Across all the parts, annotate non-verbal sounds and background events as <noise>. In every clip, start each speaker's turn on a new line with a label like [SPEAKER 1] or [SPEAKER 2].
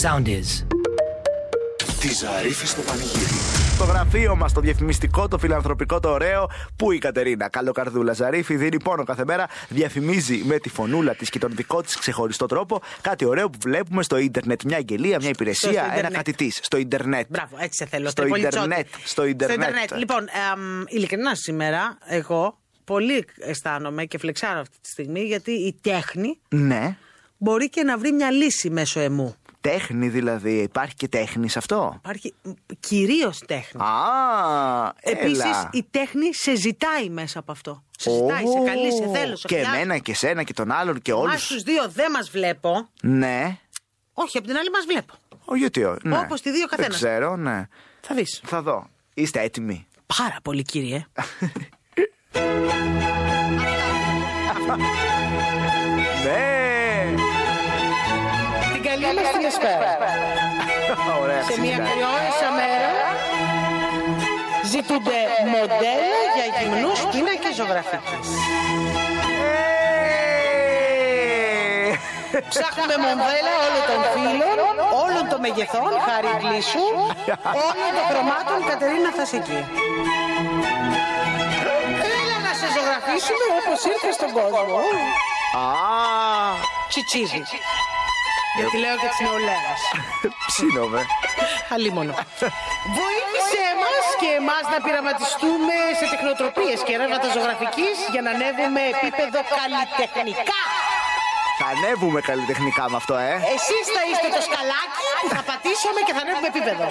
[SPEAKER 1] Sound is.
[SPEAKER 2] Τη Ζαρίφη στο πανηγύρι.
[SPEAKER 3] Το γραφείο μας, το διαφημιστικό, το φιλανθρωπικό, το ωραίο. Πού η Κατερίνα, καλοκαρδούλα Ζαρίφη, δίνει πόνο κάθε μέρα. Διαφημίζει με τη φωνούλα της και τον δικό της ξεχωριστό τρόπο κάτι ωραίο που βλέπουμε στο ίντερνετ. Μια αγγελία, μια υπηρεσία, ένα
[SPEAKER 4] ίντερνετ.
[SPEAKER 3] κάτι τη. Στο ίντερνετ.
[SPEAKER 4] Μπράβο, έτσι σε θέλω.
[SPEAKER 3] Στο
[SPEAKER 4] Τριπολιτσότη.
[SPEAKER 3] ίντερνετ. Στο
[SPEAKER 4] Στο
[SPEAKER 3] ίντερνετ.
[SPEAKER 4] ίντερνετ. Λοιπόν, εμ, ειλικρινά σήμερα, εγώ πολύ αισθάνομαι και φλεξάρω αυτή τη στιγμή γιατί η τέχνη
[SPEAKER 3] Ναι.
[SPEAKER 4] μπορεί και να βρει μια λύση μέσω εμού.
[SPEAKER 3] Τέχνη δηλαδή. Υπάρχει και τέχνη σε αυτό.
[SPEAKER 4] Υπάρχει κυρίως τέχνη.
[SPEAKER 3] Α,
[SPEAKER 4] Επίσης,
[SPEAKER 3] έλα.
[SPEAKER 4] η τέχνη σε ζητάει μέσα από αυτό. Σε ζητάει,
[SPEAKER 3] Ω,
[SPEAKER 4] σε καλεί, σε θέλω, σε
[SPEAKER 3] Και
[SPEAKER 4] χρειάζεται.
[SPEAKER 3] εμένα και σένα και τον άλλον και όλους.
[SPEAKER 4] Μας τους δύο δεν μας βλέπω.
[SPEAKER 3] Ναι.
[SPEAKER 4] Όχι, απ' την άλλη μας βλέπω.
[SPEAKER 3] Ο, γιατί, ο, ναι.
[SPEAKER 4] Όπως τη δύο
[SPEAKER 3] Δεν
[SPEAKER 4] καθένας.
[SPEAKER 3] ξέρω, ναι.
[SPEAKER 4] Θα δεις.
[SPEAKER 3] Θα δω. Είστε έτοιμοι.
[SPEAKER 4] Πάρα πολύ, κύριε.
[SPEAKER 3] Ναι!
[SPEAKER 4] την καλή μα την εσπέρα.
[SPEAKER 3] Ωραία,
[SPEAKER 4] Σε μια
[SPEAKER 3] ξεκινάει.
[SPEAKER 4] κρυόεσα μέρα ζητούνται μοντέλα για γυμνούς πίνακες ζωγραφικής.
[SPEAKER 3] Ε!
[SPEAKER 4] Ψάχνουμε μοντέλα όλων των φύλων, όλων των μεγεθών, χάρη γλίσσου, όλων των χρωμάτων, Κατερίνα θα σε εκεί. Έλα να σε ζωγραφίσουμε όπως ήρθες στον κόσμο.
[SPEAKER 3] Α!
[SPEAKER 4] Τσιτσίδη. Γιατί λέω και της νεολαίας.
[SPEAKER 3] Ψήνομαι.
[SPEAKER 4] Αλίμονο. <laughs> Βοήθησε εμάς και εμάς να πειραματιστούμε σε τεχνοτροπίες και ρεύματα ζωγραφικής για να ανέβουμε επίπεδο καλλιτεχνικά.
[SPEAKER 3] Θα ανέβουμε καλλιτεχνικά με αυτό, ε!
[SPEAKER 4] Εσείς θα είστε το σκαλάκι που θα πατήσουμε και θα ανέβουμε επίπεδο.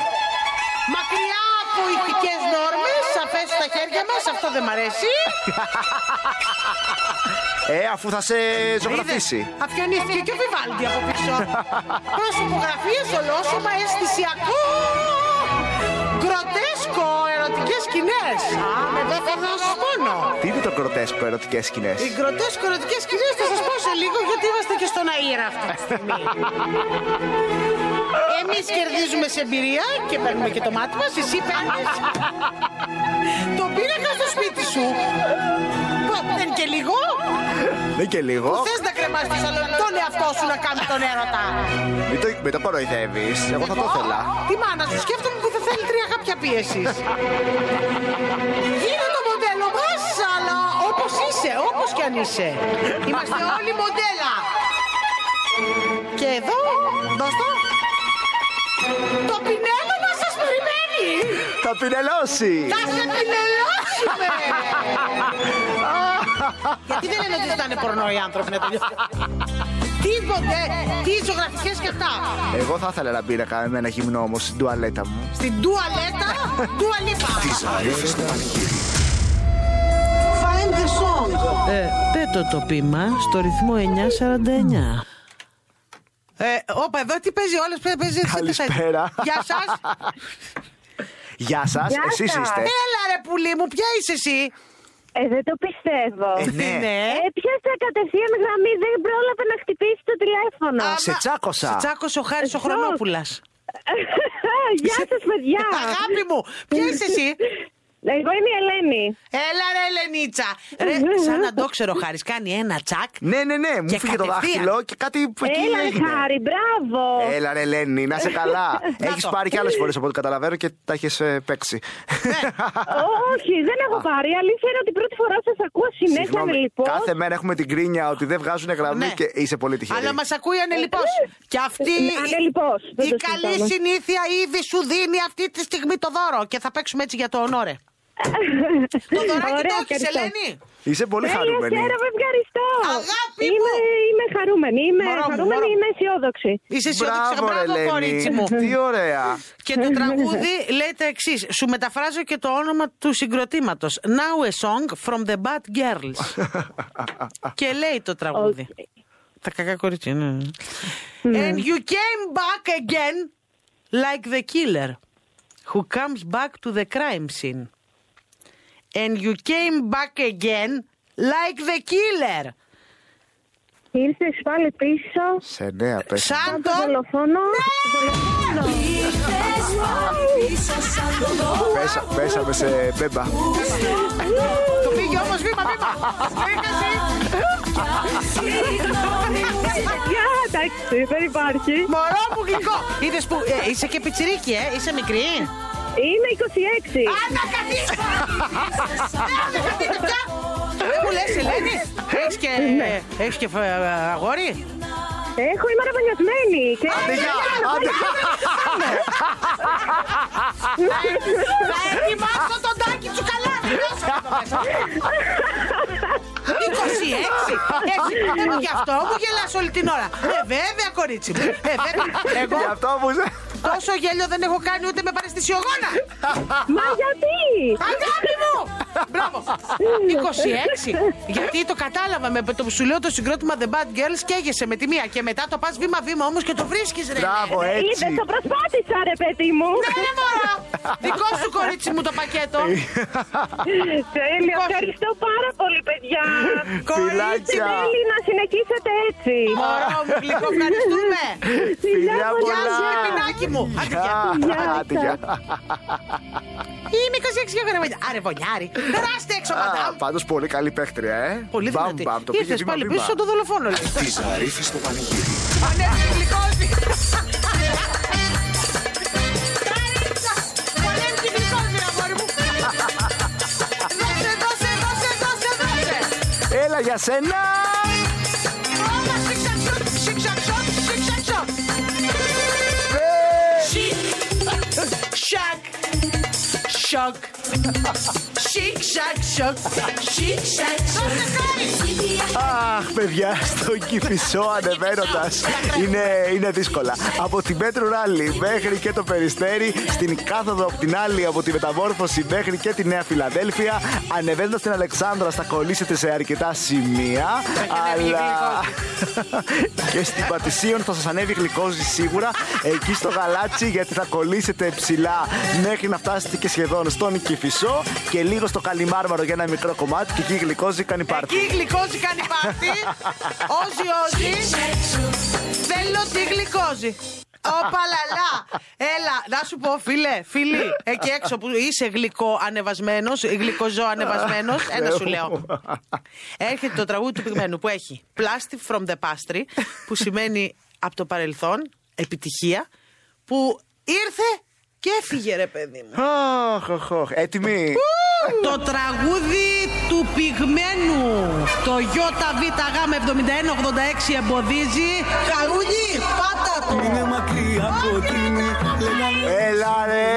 [SPEAKER 4] Μακριά από ηθικές νόρμες, σαφές στα χέρια μας, αυτό δεν μ' αρέσει.
[SPEAKER 3] Ε, αφού θα σε ζωγραφίσει.
[SPEAKER 4] Αφιονίστηκε και ο Βιβάλντι από πίσω. Προσωπογραφίε, ολόσωμα, αισθησιακό. Γκροτέσκο, ερωτικές σκηνές. Α, με το θα δώσω μόνο.
[SPEAKER 3] Τι είναι το κροτέσκο ερωτικές σκηνές.
[SPEAKER 4] Οι γκροτέσκο ερωτικές σκηνές θα σας πω σε λίγο γιατί είμαστε και στον αέρα αυτή τη στιγμή. Εμείς κερδίζουμε σε εμπειρία και παίρνουμε και το μάτι μας. Εσύ παίρνεις. τον πίνακα στο σπίτι σου. Πω, Δεν και λίγο.
[SPEAKER 3] Ναι και λίγο.
[SPEAKER 4] Θες να κρεμά το σαλόνι τον εαυτό σου να κάνει τον έρωτα.
[SPEAKER 3] Μην το, μην το κοροϊδεύεις. Εγώ θα το
[SPEAKER 4] Λοιπόν.
[SPEAKER 3] ήθελα.
[SPEAKER 4] Τη μάνα σου σκέφτομαι που θα θέλει τρία χάπια πίεσης. Γίνε το μοντέλο μα, αλλά όπως είσαι, όπως κι αν είσαι. Είμαστε όλοι μοντέλα. Και εδώ, δώσ' το. Το πινέλο μα σας περιμένει.
[SPEAKER 3] Θα πινελώσει.
[SPEAKER 4] Θα σε πινελώσουμε. Γιατί δεν λένε ότι ήταν πορνό οι άνθρωποι να τελειώσουν. Τι μοντέλο, τι ζωγραφικέ και αυτά.
[SPEAKER 3] Εγώ θα ήθελα να πίνακα με ένα γυμνό όμως στην τουαλέτα μου.
[SPEAKER 4] Στην τουαλέτα, τουαλίπα.
[SPEAKER 2] Τη Ζαρίφη στο πανηγύρι.
[SPEAKER 4] Find the song.
[SPEAKER 5] Ε, πέτω το πείμα στο ρυθμό 949.
[SPEAKER 4] Ε, όπα, εδώ τι παίζει, όλες πρέπει να παίζει. εσύ τι θα-
[SPEAKER 3] Καλησπέρα.
[SPEAKER 4] Γεια σας.
[SPEAKER 3] <laughs> Γεια σας, εσεί είστε.
[SPEAKER 4] Έλα ρε πουλί μου, ποια είσαι εσύ.
[SPEAKER 6] Ε, δεν το πιστεύω.
[SPEAKER 3] Ε, ναι.
[SPEAKER 6] Έπιασα κατευθείαν γραμμή, δεν πρόλαβε να χτυπήσει το τηλέφωνο.
[SPEAKER 4] Α,
[SPEAKER 3] Σε
[SPEAKER 4] μα-
[SPEAKER 3] τσάκωσα.
[SPEAKER 4] Σε τσάκωσε ο Χάρης
[SPEAKER 5] Ε,
[SPEAKER 4] ο
[SPEAKER 6] Ζω.
[SPEAKER 4] Χρονόπουλας.
[SPEAKER 6] <laughs> Γεια σας, παιδιά.
[SPEAKER 4] Ε, Αγάπη
[SPEAKER 6] <laughs>
[SPEAKER 4] μου, ποια είσαι εσύ.
[SPEAKER 6] Εγώ είμαι η Ελένη.
[SPEAKER 4] Έλα ρε Ελενίτσα. Ρε, σαν να το ξέρω ο Χάρης, κάνει ένα τσακ.
[SPEAKER 3] Ναι, ναι, ναι. Μου
[SPEAKER 4] Και
[SPEAKER 3] φύγε το
[SPEAKER 4] κατευθείαν.
[SPEAKER 3] δάχτυλο και κάτι που εκεί
[SPEAKER 6] Έλα,
[SPEAKER 3] έγινε.
[SPEAKER 6] Χάρη, μπράβο.
[SPEAKER 3] Έλα ρε Ελένη, να είσαι καλά.
[SPEAKER 4] <laughs> Να
[SPEAKER 3] Έχεις
[SPEAKER 4] το.
[SPEAKER 3] πάρει και άλλες φορές από ό,τι καταλαβαίνω και τα έχεις ε, παίξει.
[SPEAKER 4] Ναι.
[SPEAKER 3] <laughs>
[SPEAKER 6] Ό, Όχι, δεν έχω πάρει. Η Αλήθεια είναι ότι πρώτη φορά σας ακούω συνέχεια με
[SPEAKER 3] Συγγνώμη,
[SPEAKER 6] λοιπόν. <laughs>
[SPEAKER 3] Κάθε μέρα έχουμε την κρίνια ότι δεν βγάζουν γραμμή
[SPEAKER 4] Ναι.
[SPEAKER 3] και είσαι πολύ τυχερή.
[SPEAKER 4] Αλλά μας ακούει ανελιπώς.
[SPEAKER 5] Ε,
[SPEAKER 4] Και αυτή
[SPEAKER 6] Ναι, ανελιπώς, δεν
[SPEAKER 4] η
[SPEAKER 6] το
[SPEAKER 4] καλή
[SPEAKER 6] συζητάμε.
[SPEAKER 4] συνήθεια ήδη σου δίνει αυτή τη στιγμή το δώρο. Και θα παίξουμε έτσι για το ονόρε. Το δωράκι το
[SPEAKER 6] Ωραία,
[SPEAKER 4] έχεις
[SPEAKER 6] ευχαριστώ.
[SPEAKER 4] Ελένη.
[SPEAKER 3] Είσαι πολύ
[SPEAKER 6] Τέλεια,
[SPEAKER 3] χαρούμενη.
[SPEAKER 6] χαίρομαι, ευχαριστώ.
[SPEAKER 4] Αγάπη μου.
[SPEAKER 6] είμαι, είμαι χαρούμενη, είμαι
[SPEAKER 4] Μωρό μου,
[SPEAKER 6] χαρούμενη,
[SPEAKER 4] μωρό μου.
[SPEAKER 6] είμαι αισιόδοξη.
[SPEAKER 4] Είσαι αισιόδοξη.
[SPEAKER 3] Μπράβο, ρε
[SPEAKER 4] Μπράβο, κορίτσι μου.
[SPEAKER 3] <laughs> Ελένη. Τι
[SPEAKER 4] <laughs>
[SPEAKER 3] ωραία.
[SPEAKER 4] Και το τραγούδι λέει τα εξής. Σου μεταφράζω και το όνομα του συγκροτήματος. Now a song from the bad
[SPEAKER 3] <laughs>
[SPEAKER 4] girls. και λέει το τραγούδι.
[SPEAKER 6] Okay.
[SPEAKER 4] Τα κακά κορίτσια, ναι. And you came back again like the killer who comes back to the crime scene. And you came back again like the killer.
[SPEAKER 6] Ήρθες πάλι πίσω.
[SPEAKER 3] Σε νέα πες.
[SPEAKER 4] Σαν
[SPEAKER 6] Το
[SPEAKER 4] τον
[SPEAKER 6] δολοφόνο.
[SPEAKER 3] Πέσα, πέσαμε σε μπέμπα.
[SPEAKER 4] Το πήγε όμως βήμα-βήμα. Στέκασε.
[SPEAKER 6] Παιδιά, εντάξει, δεν υπάρχει.
[SPEAKER 4] Μωρό μου γλυκό! Είδες που. ε, είσαι και πιτσιρίκι, ε, είσαι μικρή.
[SPEAKER 6] Είμαι 26.
[SPEAKER 4] Άννα, καθίστε! Άννα, καθίστε πια! Δεν Ε, μου λες, Ελένη, έχεις και, έχεις και φε- αγόρι.
[SPEAKER 6] Έχω, είμαι αραβωνιασμένη. Και...
[SPEAKER 3] Άντε, γεια! Άντε.
[SPEAKER 4] Θα ετοιμάσω τον τάκι σου καλά, δεν νιώσω να το μέσα. 26! Έτσι, ε, γι' αυτό μου γελάς όλη την ώρα. Ε, βέβαια, κορίτσι μου. Ε, βέβαια. Εγώ
[SPEAKER 3] Γι' αυτό που σε...
[SPEAKER 4] τόσο γέλιο δεν έχω κάνει ούτε με παρεστησιογόνα.
[SPEAKER 6] Μα γιατί!
[SPEAKER 4] Αγάπη μου! Μπράβο! 26! Γιατί το κατάλαβα με το που σου λέω το συγκρότημα The Bad Girls καίγεσαι με τη μία και μετά το πας βήμα-βήμα όμως και το βρίσκεις ρε.
[SPEAKER 3] Μπράβο,
[SPEAKER 6] Είδε,
[SPEAKER 3] έτσι.
[SPEAKER 6] το προσπάθησα, ρε παιδί μου.
[SPEAKER 4] Ναι, ρε, μωρό! Δικό σου κορίτσι μου το πακέτο.
[SPEAKER 3] Ε,
[SPEAKER 6] Τέλεια,
[SPEAKER 3] Λοιπόν,
[SPEAKER 6] ευχαριστώ πάρα πολύ, παιδιά.
[SPEAKER 3] Φιλάκια.
[SPEAKER 6] Θέλει να συνεχίσετε έτσι.
[SPEAKER 4] Μωρό μου, γλυκό, ευχαριστούμε.
[SPEAKER 3] Φιλιά
[SPEAKER 4] Γεια σου,
[SPEAKER 3] πολλά.
[SPEAKER 4] Ελπινάκι μου. Άντε, γεια.
[SPEAKER 3] Γεια. Άντε, γεια.
[SPEAKER 4] Είμαι 26 και γραμμένη. Άρε, βονιάρι. Περάστε έξω,
[SPEAKER 3] Α,
[SPEAKER 4] μαντάμ.
[SPEAKER 3] Πάντως πολύ καλή παίχτρια, ε.
[SPEAKER 4] Πολύ
[SPEAKER 3] Μπαμ,
[SPEAKER 4] δυνατή.
[SPEAKER 3] μπαμ, το πήγε
[SPEAKER 4] Ήρθες πάλι
[SPEAKER 3] βήμα-βήμα.
[SPEAKER 4] πίσω στον δολοφόνο, λέει.
[SPEAKER 2] Τη Ζαρίφη στο πανηγύρι.
[SPEAKER 4] Ανέβη γλυκόζη. Καρίτσα, ανέβη τη γλυκόζη, αγόρι μου. Δώσε, δώσε, δώσε, δώσε, δώσε.
[SPEAKER 3] Έλα για σένα.
[SPEAKER 4] Όλα σιξαξόκ, σιξαξόκ, σιξαξόκ.
[SPEAKER 3] Ε,
[SPEAKER 4] Σι, Σακ, σοκ. Σικ, σακ, σοκ. Σικ, σακ, σοκ. Δώσε χάρη.
[SPEAKER 3] Αχ, παιδιά, στο κυφισό ανεβαίνοντας. Είναι, είναι δύσκολα. Από την Πέτρου Ράλι μέχρι και το Περιστέρι, στην κάθοδο από την άλλη, από τη Μεταμόρφωση μέχρι και τη Νέα Φιλαδέλφια, ανεβαίνοντας την Αλεξάνδρα, θα κολλήσετε σε αρκετά σημεία. αλλά <laughs> και στην Πατησίων θα σας ανέβει γλυκόζη σίγουρα. Εκεί στο γαλάτσι, γιατί θα κολλήσετε ψηλά μέχρι να φτάσετε και σχεδόν στον Κυφισό και λίγο στο Καλιμάρμαρο για ένα μικρό κομμάτι. Και εκεί η γλυκόζη κάνει πάρτι.
[SPEAKER 4] Εκεί η γλυκόζη κάνει πάρτι. Όζι, όζι. Θέλω τη γλυκόζη. Οπαλαλά. Έλα, να σου πω, φίλε, φίλη, εκεί έξω που είσαι γλυκό ανεβασμένος, γλυκοζό ανεβασμένος, ένα σου λέω. Έρχεται το τραγούδι του πυγμένου που έχει Plastic from the Pastry, που σημαίνει από το παρελθόν, επιτυχία, που ήρθε και έφυγε, ρε παιδί μου.
[SPEAKER 3] Αχ, αχ, αχ. Έτοιμοι.
[SPEAKER 4] Το τραγούδι του πυγμένου. Το ΙΒΓ7186 εμποδίζει. Χαρούνι, πάτα του.
[SPEAKER 1] Είναι μακριά από την
[SPEAKER 3] Έλα ρε.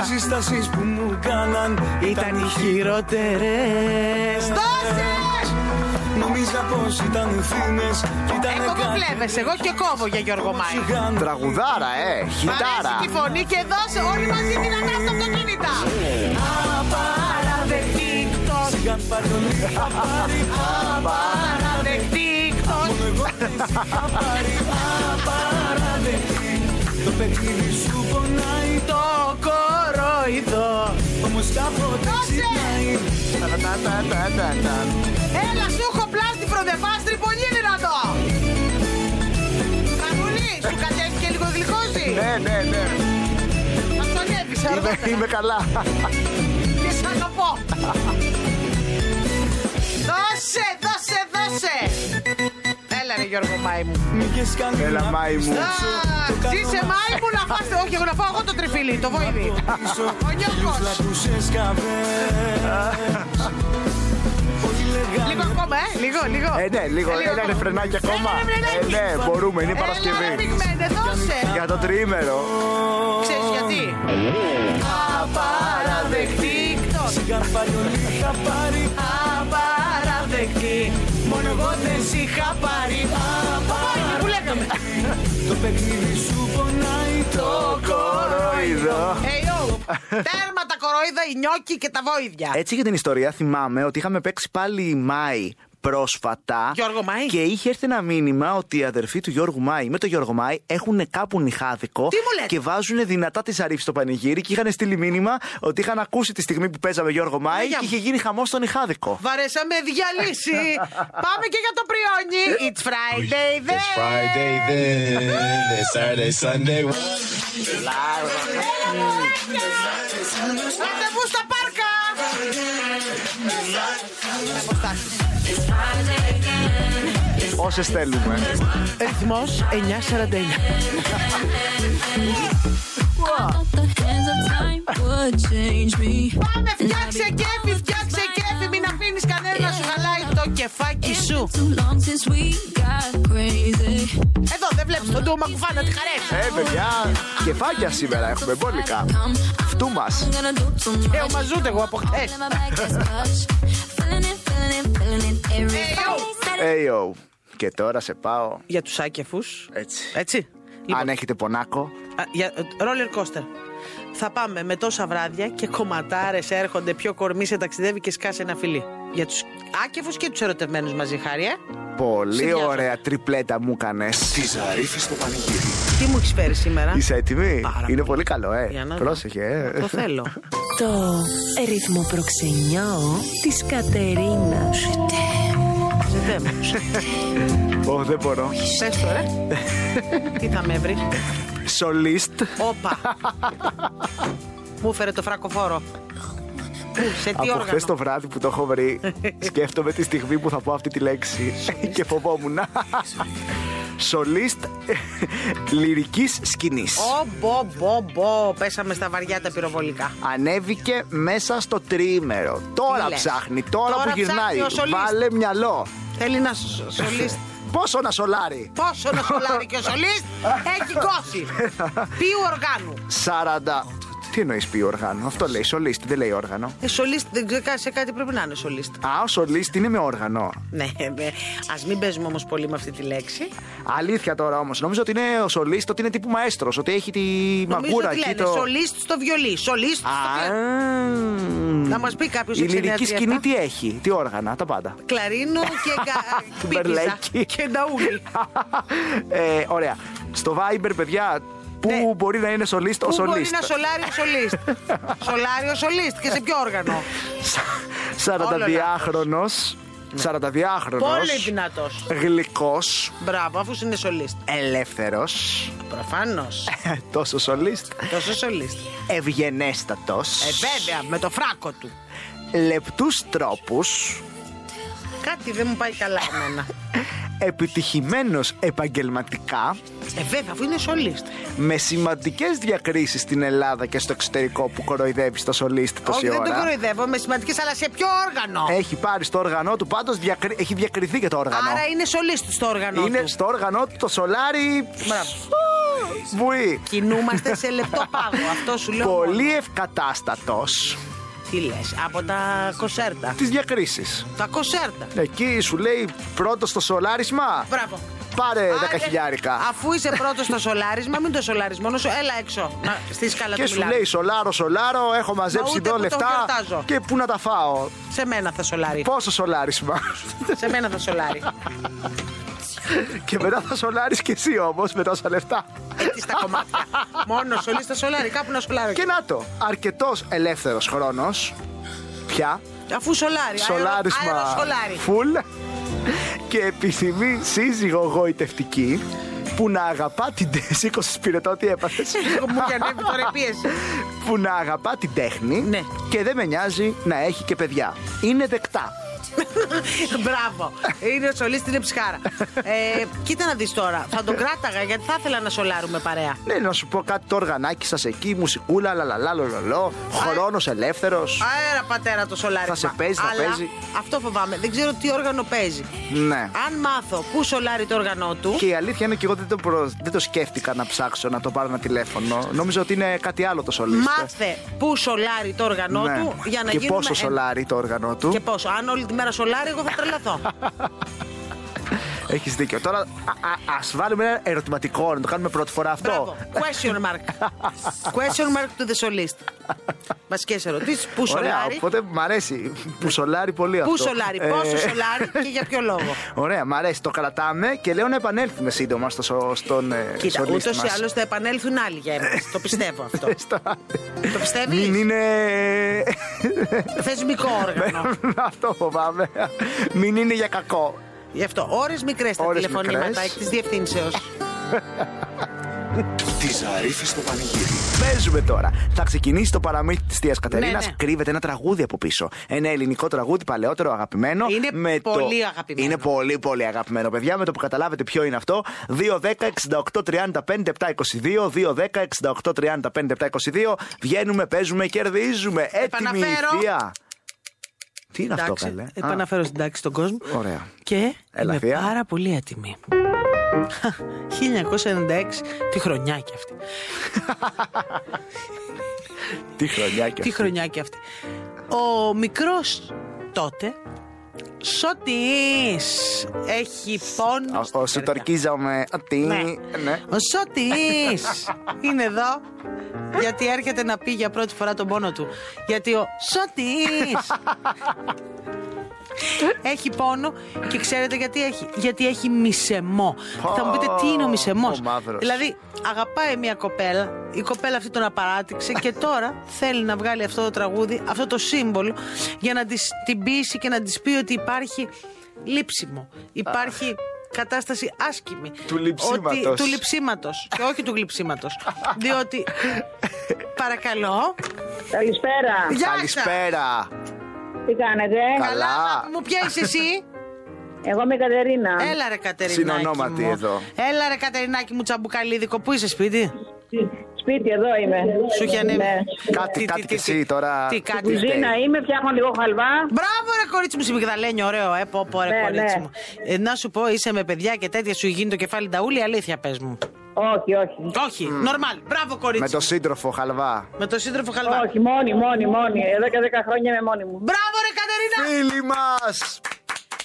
[SPEAKER 1] Οι συστάσεις που μου κάναν Ήταν οι χειρότερες
[SPEAKER 4] Δώσε!
[SPEAKER 1] Νομίζα πως ήταν ευθύνες Κι ήταν
[SPEAKER 4] Εγώ δεν βλέπεσαι, Ε, εγώ και κόβω για Γιώργο Μάη.
[SPEAKER 3] Τραγουδάρα, ε.
[SPEAKER 4] Παρέσει τη
[SPEAKER 3] Χιτάρα.
[SPEAKER 4] φωνή και δώσε όλοι μαζί την ανάσα από το κινητά. Απαραδεκτήκτος,
[SPEAKER 1] Σιγά παρολί
[SPEAKER 4] απαραδεκτήκτος.
[SPEAKER 1] Το παιχνίδι σου πονάει
[SPEAKER 4] Το κοροϊδό.
[SPEAKER 1] Όμως κάποτε
[SPEAKER 4] Δώσε!
[SPEAKER 1] ξυπνάει
[SPEAKER 3] Τα, τα, τα, τα, τα, τα.
[SPEAKER 4] Έλα, σου έχω πλάστη προδεφάστρι, πολύ δυνατό. Τραγουλή, σου κατέχει και λίγο γλυκόζι.
[SPEAKER 3] Ναι, ναι, ναι.
[SPEAKER 4] Μας τον έπεισε
[SPEAKER 3] Είμαι,
[SPEAKER 4] αργότερα.
[SPEAKER 3] είμαι καλά.
[SPEAKER 4] Και σ' αγαπώ. δώσε, δώσε, δώσε. Έλα ρε Γιώργο Μάη μου.
[SPEAKER 1] Μη και σκαλεί
[SPEAKER 3] Έλα,
[SPEAKER 1] να
[SPEAKER 3] Μάη μου.
[SPEAKER 4] Α, Ζήσε Μάη μου να φάστε. Όχι, εγώ να φάω εγώ το τριφύλι, το βοήδι.
[SPEAKER 1] πίσω
[SPEAKER 4] Ο Νιώκος.
[SPEAKER 1] Χιλιούς λακούς
[SPEAKER 4] <laughs>
[SPEAKER 1] εσκαβές Όλοι λέγανε
[SPEAKER 4] Λίγο ακόμα, ε. Λίγο, λίγο.
[SPEAKER 3] Ε, ναι, λίγο. Ένα
[SPEAKER 4] ακόμα.
[SPEAKER 3] ρεφρενάκι ακόμα.
[SPEAKER 4] Ένα ρεφρενάκι.
[SPEAKER 3] Ε, ναι, μπορούμε, είναι
[SPEAKER 4] Έλα ρε
[SPEAKER 3] Παρασκευή.
[SPEAKER 4] πυγμένε, δώσε.
[SPEAKER 3] Για το τριήμερο.
[SPEAKER 4] Ξέρεις γιατί. Απαραδεκτήκτος.
[SPEAKER 1] Σιγά παρολί θα πάρει
[SPEAKER 4] Απαραδεκτή. Μόνο εγώ δεν σ' είχα πάρει. Απαραδεκτή. Που λέγαμε.
[SPEAKER 1] Το παιχνίδι σου πονάει το
[SPEAKER 3] Κοροϊδό.
[SPEAKER 4] Hey, yo. Τέρμα τα κοροϊδά, οι νιόκοι και τα βόηδια.
[SPEAKER 3] Έτσι για την ιστορία θυμάμαι ότι είχαμε παίξει πάλι Μάη πρόσφατα.
[SPEAKER 4] Γιώργο Μάη.
[SPEAKER 3] Και είχε έρθει ένα μήνυμα ότι οι αδερφοί του Γιώργου Μάη με τον Γιώργο Μάη έχουν κάπου νυχάδικο.
[SPEAKER 4] Τι μου λες?
[SPEAKER 3] Και βάζουν δυνατά τη ζαρίφη στο πανηγύρι και είχαν στείλει μήνυμα ότι είχαν ακούσει τη στιγμή που παίζαμε Γιώργο Μάη
[SPEAKER 4] Μαγιά
[SPEAKER 3] και
[SPEAKER 4] μου.
[SPEAKER 3] είχε γίνει χαμός στο νυχάδικο.
[SPEAKER 4] Βαρέσαμε <laughs> διαλύσει. Πάμε και για το πριόνι. It's Friday then. It's Friday then. It's Saturday, Sunday. Ραντεβού στα πάρκα.
[SPEAKER 3] Όσες θέλουμε.
[SPEAKER 4] Ρυθμός 949.
[SPEAKER 7] thought the hands of time would change me.
[SPEAKER 4] Πάμε, φτιάξε κέφι, φτιάξε κέφι. Μην αφήνεις κανένα να σου χαλάει το κεφάκι σου.
[SPEAKER 7] Too long since we got crazy.
[SPEAKER 4] Εδώ δεν βλέπεις τον ντόμα κουφά να τη χαρέσει.
[SPEAKER 3] Ε, παιδιά, κεφάκια σήμερα έχουμε μπόλικα. Αυτού μας.
[SPEAKER 7] I'm gonna do too much.
[SPEAKER 4] Ε, ο μαζούτε εγώ από χθε.
[SPEAKER 7] Let my back get touched. Feeling it, feeling it, feeling it. Every
[SPEAKER 4] Hey, yo.
[SPEAKER 7] Friday, Saturday.
[SPEAKER 3] Έιο. Και τώρα σε πάω
[SPEAKER 4] Για τους άκεφους.
[SPEAKER 3] έτσι.
[SPEAKER 4] Έτσι.
[SPEAKER 3] Αν έχετε πονάκο,
[SPEAKER 4] Α, για, ε, roller coaster. Θα πάμε με τόσα βράδια και κομματάρες έρχονται, πιο κορμί σε ταξιδεύει και σκάσε ένα φιλί. Για τους άκεφους και τους ερωτευμένους μαζί, χάρη. ε.
[SPEAKER 3] πολύ
[SPEAKER 4] Συνδυάζω.
[SPEAKER 3] ωραία τριπλέτα μου έκανε.
[SPEAKER 2] Τη Ζαρίφη στο πανηγύρι.
[SPEAKER 4] Τι μου έχεις φέρει σήμερα.
[SPEAKER 3] Είσαι έτοιμη.
[SPEAKER 4] Πάρα
[SPEAKER 3] Είναι
[SPEAKER 4] πολύ.
[SPEAKER 3] πολύ καλό,
[SPEAKER 4] Για
[SPEAKER 3] ε.
[SPEAKER 4] να δω.
[SPEAKER 3] Πρόσεχε, ε.
[SPEAKER 4] Το θέλω.
[SPEAKER 8] Το ρυθμό προξενιό της Κατερίνας.
[SPEAKER 4] Ζητέ μου.
[SPEAKER 3] Ω, δεν μπορώ.
[SPEAKER 4] Πες το, ρε. Τι θα με βρει.
[SPEAKER 3] Σολίστ.
[SPEAKER 4] Όπα. Μου έφερε το φρακοφόρο. Πού, σε τι
[SPEAKER 3] Από χθε
[SPEAKER 4] όργανο.
[SPEAKER 3] το βράδυ που το έχω
[SPEAKER 4] <laughs>
[SPEAKER 3] βρει, σκέφτομαι τη στιγμή που θα πω αυτή τη λέξη και
[SPEAKER 4] <laughs>
[SPEAKER 3] φοβόμουν. Σολίστ λυρικής σκηνής.
[SPEAKER 4] Ω, μπο, μπο, μπο. Πέσαμε στα βαριά τα πυροβολικά.
[SPEAKER 3] Ανέβηκε μέσα στο τριήμερο. Τώρα
[SPEAKER 4] Τι λες.
[SPEAKER 3] ψάχνει, τώρα,
[SPEAKER 4] Τώρα
[SPEAKER 3] που γυρνάει.
[SPEAKER 4] ψάχνει ο σολίστ.
[SPEAKER 3] Βάλε μυαλό.
[SPEAKER 4] Θέλει να σ- σολίσει.
[SPEAKER 3] Πόσο να σολάρει.
[SPEAKER 4] Πόσο να σολάρει και ο σολίς έχει κόσει. Ποιου οργάνου.
[SPEAKER 3] 40. Τι εννοείς πει όργανο, αυτό λέει σολίστ, δεν λέει όργανο.
[SPEAKER 4] Ε, σολίστ, δεν ξέρω, σε κάτι πρέπει να είναι σολίστ.
[SPEAKER 3] Α, ο σολίστ είναι με όργανο.
[SPEAKER 4] Ναι, ναι. ας μην παίζουμε όμως πολύ με αυτή τη λέξη.
[SPEAKER 3] Αλήθεια τώρα όμως. Νομίζω ότι είναι ο σολίστ, ότι είναι τύπου μαέστρος, ότι έχει τη
[SPEAKER 4] Νομίζω
[SPEAKER 3] μαγούρα
[SPEAKER 4] ότι
[SPEAKER 3] εκεί
[SPEAKER 4] λένε
[SPEAKER 3] το.
[SPEAKER 4] σολίστ στο βιολί. Σολίστ στο
[SPEAKER 3] Α,
[SPEAKER 4] βιολί. Να μας πει κάποιος,
[SPEAKER 3] Η
[SPEAKER 4] έξι, εννέα,
[SPEAKER 3] λυρική
[SPEAKER 4] τρία,
[SPEAKER 3] σκηνή
[SPEAKER 4] εφτά.
[SPEAKER 3] τι έχει, τι όργανα, τα πάντα.
[SPEAKER 4] Κλαρίνο και
[SPEAKER 3] <laughs>
[SPEAKER 4] κα-
[SPEAKER 3] Του
[SPEAKER 4] πίπιζα
[SPEAKER 3] Μπερλέκη.
[SPEAKER 4] Και νταούλι.
[SPEAKER 3] ε, ωραία. Στο Viber, παιδιά, πού
[SPEAKER 4] Ναι.
[SPEAKER 3] μπορεί να είναι σολίστ ο
[SPEAKER 4] Πού μπορεί
[SPEAKER 3] σολίστ.
[SPEAKER 4] να σολάρει ο σολίστ. σολάρει ο σολίστ και σε ποιο όργανο.
[SPEAKER 3] χρονο 42χρονο.
[SPEAKER 4] Πολύ δυνατός.
[SPEAKER 3] Γλυκός.
[SPEAKER 4] Μπράβο, αφού είναι σολίστ.
[SPEAKER 3] Ελεύθερος.
[SPEAKER 4] Προφανώς.
[SPEAKER 3] <laughs> Τόσο σολίστ.
[SPEAKER 4] Τόσο σολίστ.
[SPEAKER 3] Ευγενέστατος.
[SPEAKER 4] Ε, βέβαια, με το φράκο του.
[SPEAKER 3] Λεπτούς τρόπους.
[SPEAKER 4] Κάτι δεν μου πάει καλά εμένα.
[SPEAKER 3] Επιτυχημένος επαγγελματικά.
[SPEAKER 4] Ε, βέβαια, αφού είναι σολίστ.
[SPEAKER 3] Με σημαντικές διακρίσεις στην Ελλάδα και στο εξωτερικό που κοροϊδεύεις το σολίστ τόση
[SPEAKER 4] Όχι, δεν το
[SPEAKER 3] ώρα.
[SPEAKER 4] κοροϊδεύω με σημαντικές, αλλά σε ποιο όργανο.
[SPEAKER 3] Έχει πάρει στο όργανό του, πάντως έχει διακριθεί και το όργανο.
[SPEAKER 4] Άρα είναι σολίστ στο όργανο.
[SPEAKER 3] Είναι
[SPEAKER 4] του.
[SPEAKER 3] στο όργανό του το σολάρι.
[SPEAKER 4] Μπράβο.
[SPEAKER 3] Βουή.
[SPEAKER 4] Κινούμαστε σε λεπτό πάγο. Αυτό σου λέω.
[SPEAKER 3] Πολύ ευκατάστατος
[SPEAKER 4] Τι λες, από τα κοσέρτα.
[SPEAKER 3] τις διακρίσεις.
[SPEAKER 4] Τα κοσέρτα.
[SPEAKER 3] Εκεί σου λέει πρώτος στο σολάρισμα.
[SPEAKER 4] Μπράβο.
[SPEAKER 3] Πάρε
[SPEAKER 4] Άντε,
[SPEAKER 3] δεκαχιλιάρικα.
[SPEAKER 4] Αφού είσαι πρώτος στο σολάρισμα, μην το σολάρει μόνος σου. Έλα έξω. Να, στη σκάλα
[SPEAKER 3] Και
[SPEAKER 4] του
[SPEAKER 3] σου
[SPEAKER 4] μιλάμε.
[SPEAKER 3] λέει σολάρο, σολάρο, έχω μαζέψει
[SPEAKER 4] ούτε
[SPEAKER 3] εδώ
[SPEAKER 4] που το
[SPEAKER 3] λεφτά.
[SPEAKER 4] γιορτάζω. Ε,
[SPEAKER 3] Και πού να τα φάω.
[SPEAKER 4] Σε μένα θα σολάρει.
[SPEAKER 3] Πόσο σολάρισμα.
[SPEAKER 4] Σε μένα θα σολάρει.
[SPEAKER 3] και μετά θα σολάρεις κι εσύ όμως με τόσα λεφτά.
[SPEAKER 4] Έτσι στα
[SPEAKER 3] <laughs>
[SPEAKER 4] κομμάτια. μόνος σολί θα σολάρει. Κάπου να σολάρει.
[SPEAKER 3] Και να το, αρκετός ελεύθερος χρόνος. Πια.
[SPEAKER 4] Αφού σολάρει.
[SPEAKER 3] Σολάρισμα.
[SPEAKER 4] Σολάρι.
[SPEAKER 3] Φουλ. Και επιθυμεί σύζυγο γοητευτική που να αγαπά την <laughs> τέχνη. Σήκωσε πυρετό, τι έπαθες.
[SPEAKER 4] Μου και ανέβει τώρα η πίεση.
[SPEAKER 3] που να αγαπά την τέχνη
[SPEAKER 4] Ναι.
[SPEAKER 3] και δεν με νοιάζει να έχει και παιδιά. Είναι δεκτά.
[SPEAKER 4] <laughs> Μπράβο. Είναι σολί στην ψυχάρα. ε, κοίτα να δεις τώρα. Θα τον κράταγα γιατί θα ήθελα να σολάρουμε παρέα.
[SPEAKER 3] Ναι, να σου πω κάτι το οργανάκι σας εκεί, μουσικούλα, λαλαλά, λολολό, χρόνο ελεύθερος.
[SPEAKER 4] Αέρα πατέρα το σολάρισμα.
[SPEAKER 3] Θα σε παίζει, θα
[SPEAKER 4] Αλλά
[SPEAKER 3] παίζει.
[SPEAKER 4] Αυτό φοβάμαι. Δεν ξέρω τι όργανο παίζει.
[SPEAKER 3] Ναι.
[SPEAKER 4] Αν μάθω πού σολάρει το όργανο του.
[SPEAKER 3] Και η αλήθεια είναι και εγώ δεν το, προ- δεν το σκέφτηκα να ψάξω να το πάρω ένα τηλέφωνο. Νόμιζα ότι είναι κάτι άλλο το σολίστε.
[SPEAKER 4] Μάθε πού σολάρει το όργανό
[SPEAKER 3] Ναι.
[SPEAKER 4] του για να
[SPEAKER 3] και
[SPEAKER 4] γίνουμε
[SPEAKER 3] πόσο
[SPEAKER 4] εν-
[SPEAKER 3] σολάρι το όργανο του.
[SPEAKER 4] Και πόσο. Αν όλη τη μέρα σολάρει, εγώ θα
[SPEAKER 3] <laughs>
[SPEAKER 4] τρελαθώ.
[SPEAKER 3] Έχεις δίκιο. Τώρα α ας βάλουμε ένα ερωτηματικό να το κάνουμε πρώτη φορά αυτό.
[SPEAKER 4] Μπράβο. Question mark.
[SPEAKER 3] <laughs>
[SPEAKER 4] Question mark to the solist. Βασικές ερωτήσεις. Πού
[SPEAKER 3] Ωραία,
[SPEAKER 4] σολάρει.
[SPEAKER 3] οπότε μ' αρέσει. Που σολάρει πολύ αυτό.
[SPEAKER 4] Πού σολάρει,
[SPEAKER 3] Ε,
[SPEAKER 4] πόσο σολάρει και για ποιο
[SPEAKER 3] <laughs>
[SPEAKER 4] λόγο.
[SPEAKER 3] Ωραία, μ' αρέσει. Το κρατάμε και λέω να επανέλθουμε σύντομα στο, σο- στον ε,
[SPEAKER 4] Κοίτα,
[SPEAKER 3] σολίστη
[SPEAKER 4] ούτως ή
[SPEAKER 3] μας.
[SPEAKER 4] άλλως θα επανέλθουν άλλοι για εμάς. Το πιστεύω
[SPEAKER 3] <laughs>
[SPEAKER 4] αυτό.
[SPEAKER 3] Στο-
[SPEAKER 4] Το
[SPEAKER 3] Μην Ναι.
[SPEAKER 4] πιστεύει.
[SPEAKER 3] είναι. <laughs>
[SPEAKER 4] Θεσμικό όργανο.
[SPEAKER 3] αυτό φοβάμαι. Μην είναι για κακό.
[SPEAKER 4] Γι' αυτό ώρες μικρές τα
[SPEAKER 3] Ώρες <laughs>
[SPEAKER 4] τηλεφωνήματα
[SPEAKER 3] μικρές.
[SPEAKER 4] εκ της διευθύνσεως.
[SPEAKER 9] Τι ζαρίφη στο πανηγύρι.
[SPEAKER 3] Παίζουμε τώρα. Θα ξεκινήσει το παραμύθι της Θείας Κατερίνας.
[SPEAKER 10] ναι.
[SPEAKER 3] Κρύβεται ένα τραγούδι από πίσω. Ένα ελληνικό τραγούδι, παλαιότερο, αγαπημένο.
[SPEAKER 10] Είναι πολύ αγαπημένο.
[SPEAKER 3] Είναι πολύ, πολύ αγαπημένο, παιδιά. Με το που καταλάβετε ποιο είναι αυτό. 2-10-68-35-7-22. 2-10-68-35-7-22. Βγαίνουμε, παίζουμε, κερδίζουμε. Έτοιμη η
[SPEAKER 10] Επαναφέρω.
[SPEAKER 3] θεία. Τι είναι αυτό, καλέ. Α,
[SPEAKER 4] επαναφέρω στην τάξη τον κόσμο.
[SPEAKER 3] Ωραία.
[SPEAKER 4] Και
[SPEAKER 3] Έλα,
[SPEAKER 4] είμαι
[SPEAKER 3] θεία.
[SPEAKER 4] πάρα πολύ έτοιμη. <laughs> 1996, τη χρονιά και αυτή.
[SPEAKER 3] Τι χρονιά και
[SPEAKER 4] Τι χρονιά και αυτή. Ο μικρός τότε, Σωτής, έχει πόνο.
[SPEAKER 3] Ο, ο
[SPEAKER 4] στην καρδιά.
[SPEAKER 3] σουτορκίζαμε. Τι.
[SPEAKER 4] Ναι.
[SPEAKER 3] ναι.
[SPEAKER 4] Ο Σωτής είναι εδώ γιατί έρχεται να πει για πρώτη φορά τον πόνο του. Γιατί ο Σωτής έχει πόνο και ξέρετε γιατί έχει. Γιατί έχει μισεμό. Θα μου πείτε τι είναι ο μισεμός.
[SPEAKER 3] Ο μαύρος.
[SPEAKER 4] δηλαδή αγαπάει μια κοπέλα, η κοπέλα αυτή τον απαράτηξε και τώρα θέλει να βγάλει αυτό το τραγούδι, αυτό το σύμβολο για να της, την πείσει και να της πει ότι υπάρχει λείψιμο. Υπάρχει κατάσταση άσκημη.
[SPEAKER 3] Του λειψίματος.
[SPEAKER 4] Ότι- Του λειψίματος και όχι του γλυψίματος. Διότι, παρακαλώ,
[SPEAKER 6] Καλησπέρα.
[SPEAKER 4] γεια σας.
[SPEAKER 3] Καλησπέρα.
[SPEAKER 6] Τι κάνετε.
[SPEAKER 3] Καλά.
[SPEAKER 4] Μου πιέσεις εσύ.
[SPEAKER 6] Εγώ είμαι η Κατερίνα.
[SPEAKER 3] Ε,
[SPEAKER 4] Έλα ρε Κατερινάκη
[SPEAKER 3] Συνονόματι
[SPEAKER 4] μου.
[SPEAKER 3] εδώ.
[SPEAKER 4] Έλα ρε Κατερινάκη μου τσαμπουκαλίδικο. Πού είσαι σπίτι.
[SPEAKER 6] Σπίτι εδώ είμαι.
[SPEAKER 4] Σου είχε ανέβει.
[SPEAKER 6] Ναι.
[SPEAKER 3] Κάτι,
[SPEAKER 4] Τι,
[SPEAKER 3] κάτι
[SPEAKER 4] τι,
[SPEAKER 3] κι
[SPEAKER 4] τι,
[SPEAKER 3] εσύ
[SPEAKER 4] τι.
[SPEAKER 3] τώρα.
[SPEAKER 4] Τι κάτι.
[SPEAKER 6] Κουζίνα είμαι, φτιάχνω λίγο χαλβά.
[SPEAKER 4] Μπράβο ρε κορίτσι μου, συμπιγδαλένιο, ωραίο, ε, πω, πω, ρε
[SPEAKER 6] Ναι,
[SPEAKER 4] κορίτσι
[SPEAKER 6] ναι.
[SPEAKER 4] μου. Ε, να σου πω, είσαι με παιδιά και τέτοια σου γίνει το κεφάλι ταούλη, αλήθεια πες μου.
[SPEAKER 6] Όχι, όχι.
[SPEAKER 4] Όχι, νορμάλ, μπράβο κορίτσι.
[SPEAKER 3] Με
[SPEAKER 4] μου.
[SPEAKER 3] τον σύντροφο, χαλβά.
[SPEAKER 4] με το σύντροφο χαλβά.
[SPEAKER 6] Όχι, μόνη, μόνη, μόνη. Εδώ και 10 χρόνια είμαι μόνη μου.
[SPEAKER 4] Μπράβο ρε Κατερίνα,
[SPEAKER 3] Φίλοι μας!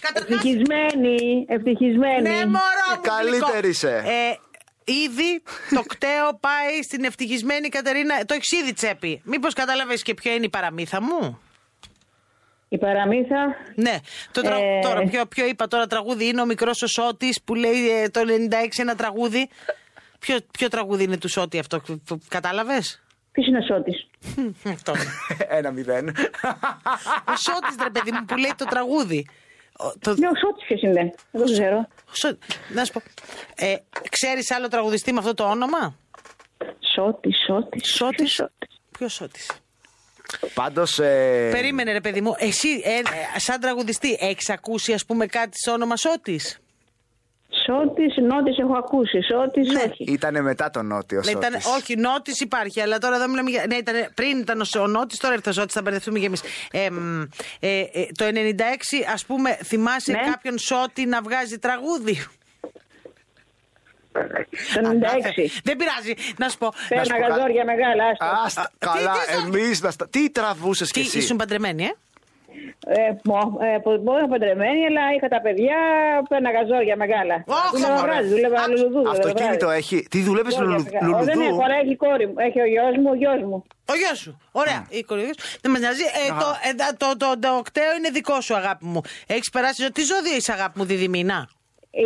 [SPEAKER 4] καταρχάς
[SPEAKER 6] Ευτυχισμένη, ευτυχισμένη.
[SPEAKER 4] Ναι, μωρό μου.
[SPEAKER 3] Ε, Καλύτερη
[SPEAKER 4] γλυκό.
[SPEAKER 3] είσαι.
[SPEAKER 4] Ε, ήδη το κταίο πάει στην ευτυχισμένη Κατερίνα. Το έχεις ήδη τσέπη. Μήπως κατάλαβε και ποια είναι η παραμύθα μου.
[SPEAKER 6] Η παραμύθα.
[SPEAKER 4] Ναι. Το τρα...
[SPEAKER 6] Ε.
[SPEAKER 4] Τώρα, ποιο, ποιο είπα τώρα τραγούδι είναι ο μικρός ο Σώτης που λέει ε, το 96 ένα τραγούδι. Ποιο, ποιο τραγούδι είναι του Σώτη αυτό, κατάλαβες.
[SPEAKER 6] Ποιος είναι ο Σώτης.
[SPEAKER 4] Αυτό. είναι.
[SPEAKER 3] <laughs> Ένα μηδέν.
[SPEAKER 4] ο Σώτη, ρε παιδί μου, που λέει το τραγούδι. Ο- το-
[SPEAKER 6] Ναι, ο Σώτης ποιος είναι. Δεν το ξέρω.
[SPEAKER 4] ο Σώτη- Να σου πω. Ε, Ξέρεις άλλο τραγουδιστή με αυτό το όνομα.
[SPEAKER 6] Σώτη, Σώτη.
[SPEAKER 4] Σώτη. Ποιο Σώτη.
[SPEAKER 3] Πάντως. Ε,
[SPEAKER 4] Περίμενε, ρε παιδί μου. Εσύ, ε, ε, σαν τραγουδιστή, έχεις ακούσει, ας πούμε, κάτι στο όνομα Σώτη.
[SPEAKER 6] Σώτη, Νότης έχω ακούσει. Σώτη, όχι.
[SPEAKER 3] Ήταν μετά τον Νότιο.
[SPEAKER 4] Ήταν,
[SPEAKER 3] Σώτης.
[SPEAKER 4] όχι, Νότη υπάρχει, αλλά τώρα δεν μιλάμε για. Ναι, ήταν, πριν ήταν ο, Σ- ο Νότη, τώρα ήρθε ο Σώτης, θα μπερδευτούμε κι εμείς. Ε, μ, ε, ε, το 96, ας πούμε, θυμάσαι
[SPEAKER 6] Ναι.
[SPEAKER 4] κάποιον Σώτη να βγάζει τραγούδι.
[SPEAKER 6] Το 96.
[SPEAKER 4] Ανάθε. Δεν πειράζει, να σου πω.
[SPEAKER 3] Να σου πω
[SPEAKER 6] Παίρνα
[SPEAKER 3] κάτι.
[SPEAKER 6] γαζόρια μεγάλα. άστα.
[SPEAKER 3] Άστα,
[SPEAKER 4] τι-
[SPEAKER 3] καλά,
[SPEAKER 4] τι ζω-
[SPEAKER 3] εμείς να στα. Τι τραβούσες κι
[SPEAKER 4] Τι,
[SPEAKER 3] εσύ.
[SPEAKER 4] ήσουν παντρεμένη, ε.
[SPEAKER 6] Ε, μο- ε, πο- Μπορεί να παντρεμένη, αλλά είχα τα παιδιά. Παίρνα γαζόρια μεγάλα.
[SPEAKER 4] Όχ,
[SPEAKER 6] Δούλευα
[SPEAKER 4] μωρέ.
[SPEAKER 6] βράδυ, δούλευα λουλουδού.
[SPEAKER 3] Αυτοκίνητο έχει. Τι δουλεύεις
[SPEAKER 6] Γαζόρια μεγάλα. Ω, Δεν
[SPEAKER 3] λουλουδού.
[SPEAKER 6] έχω, αλλά έχει η κόρη μου. Έχει ο γιος μου, ο γιος μου.
[SPEAKER 4] Ο γιος σου. Ωραία.
[SPEAKER 3] Ναι.
[SPEAKER 4] Η κορυφή σου. Δεν μας νοιάζει. Ε, το, ε, τα- το, το, το, οκτέο είναι δικό σου, αγάπη μου. Έχεις περάσει. ζω- Τι ζώδιο είσαι, αγάπη μου, διδυμίνα.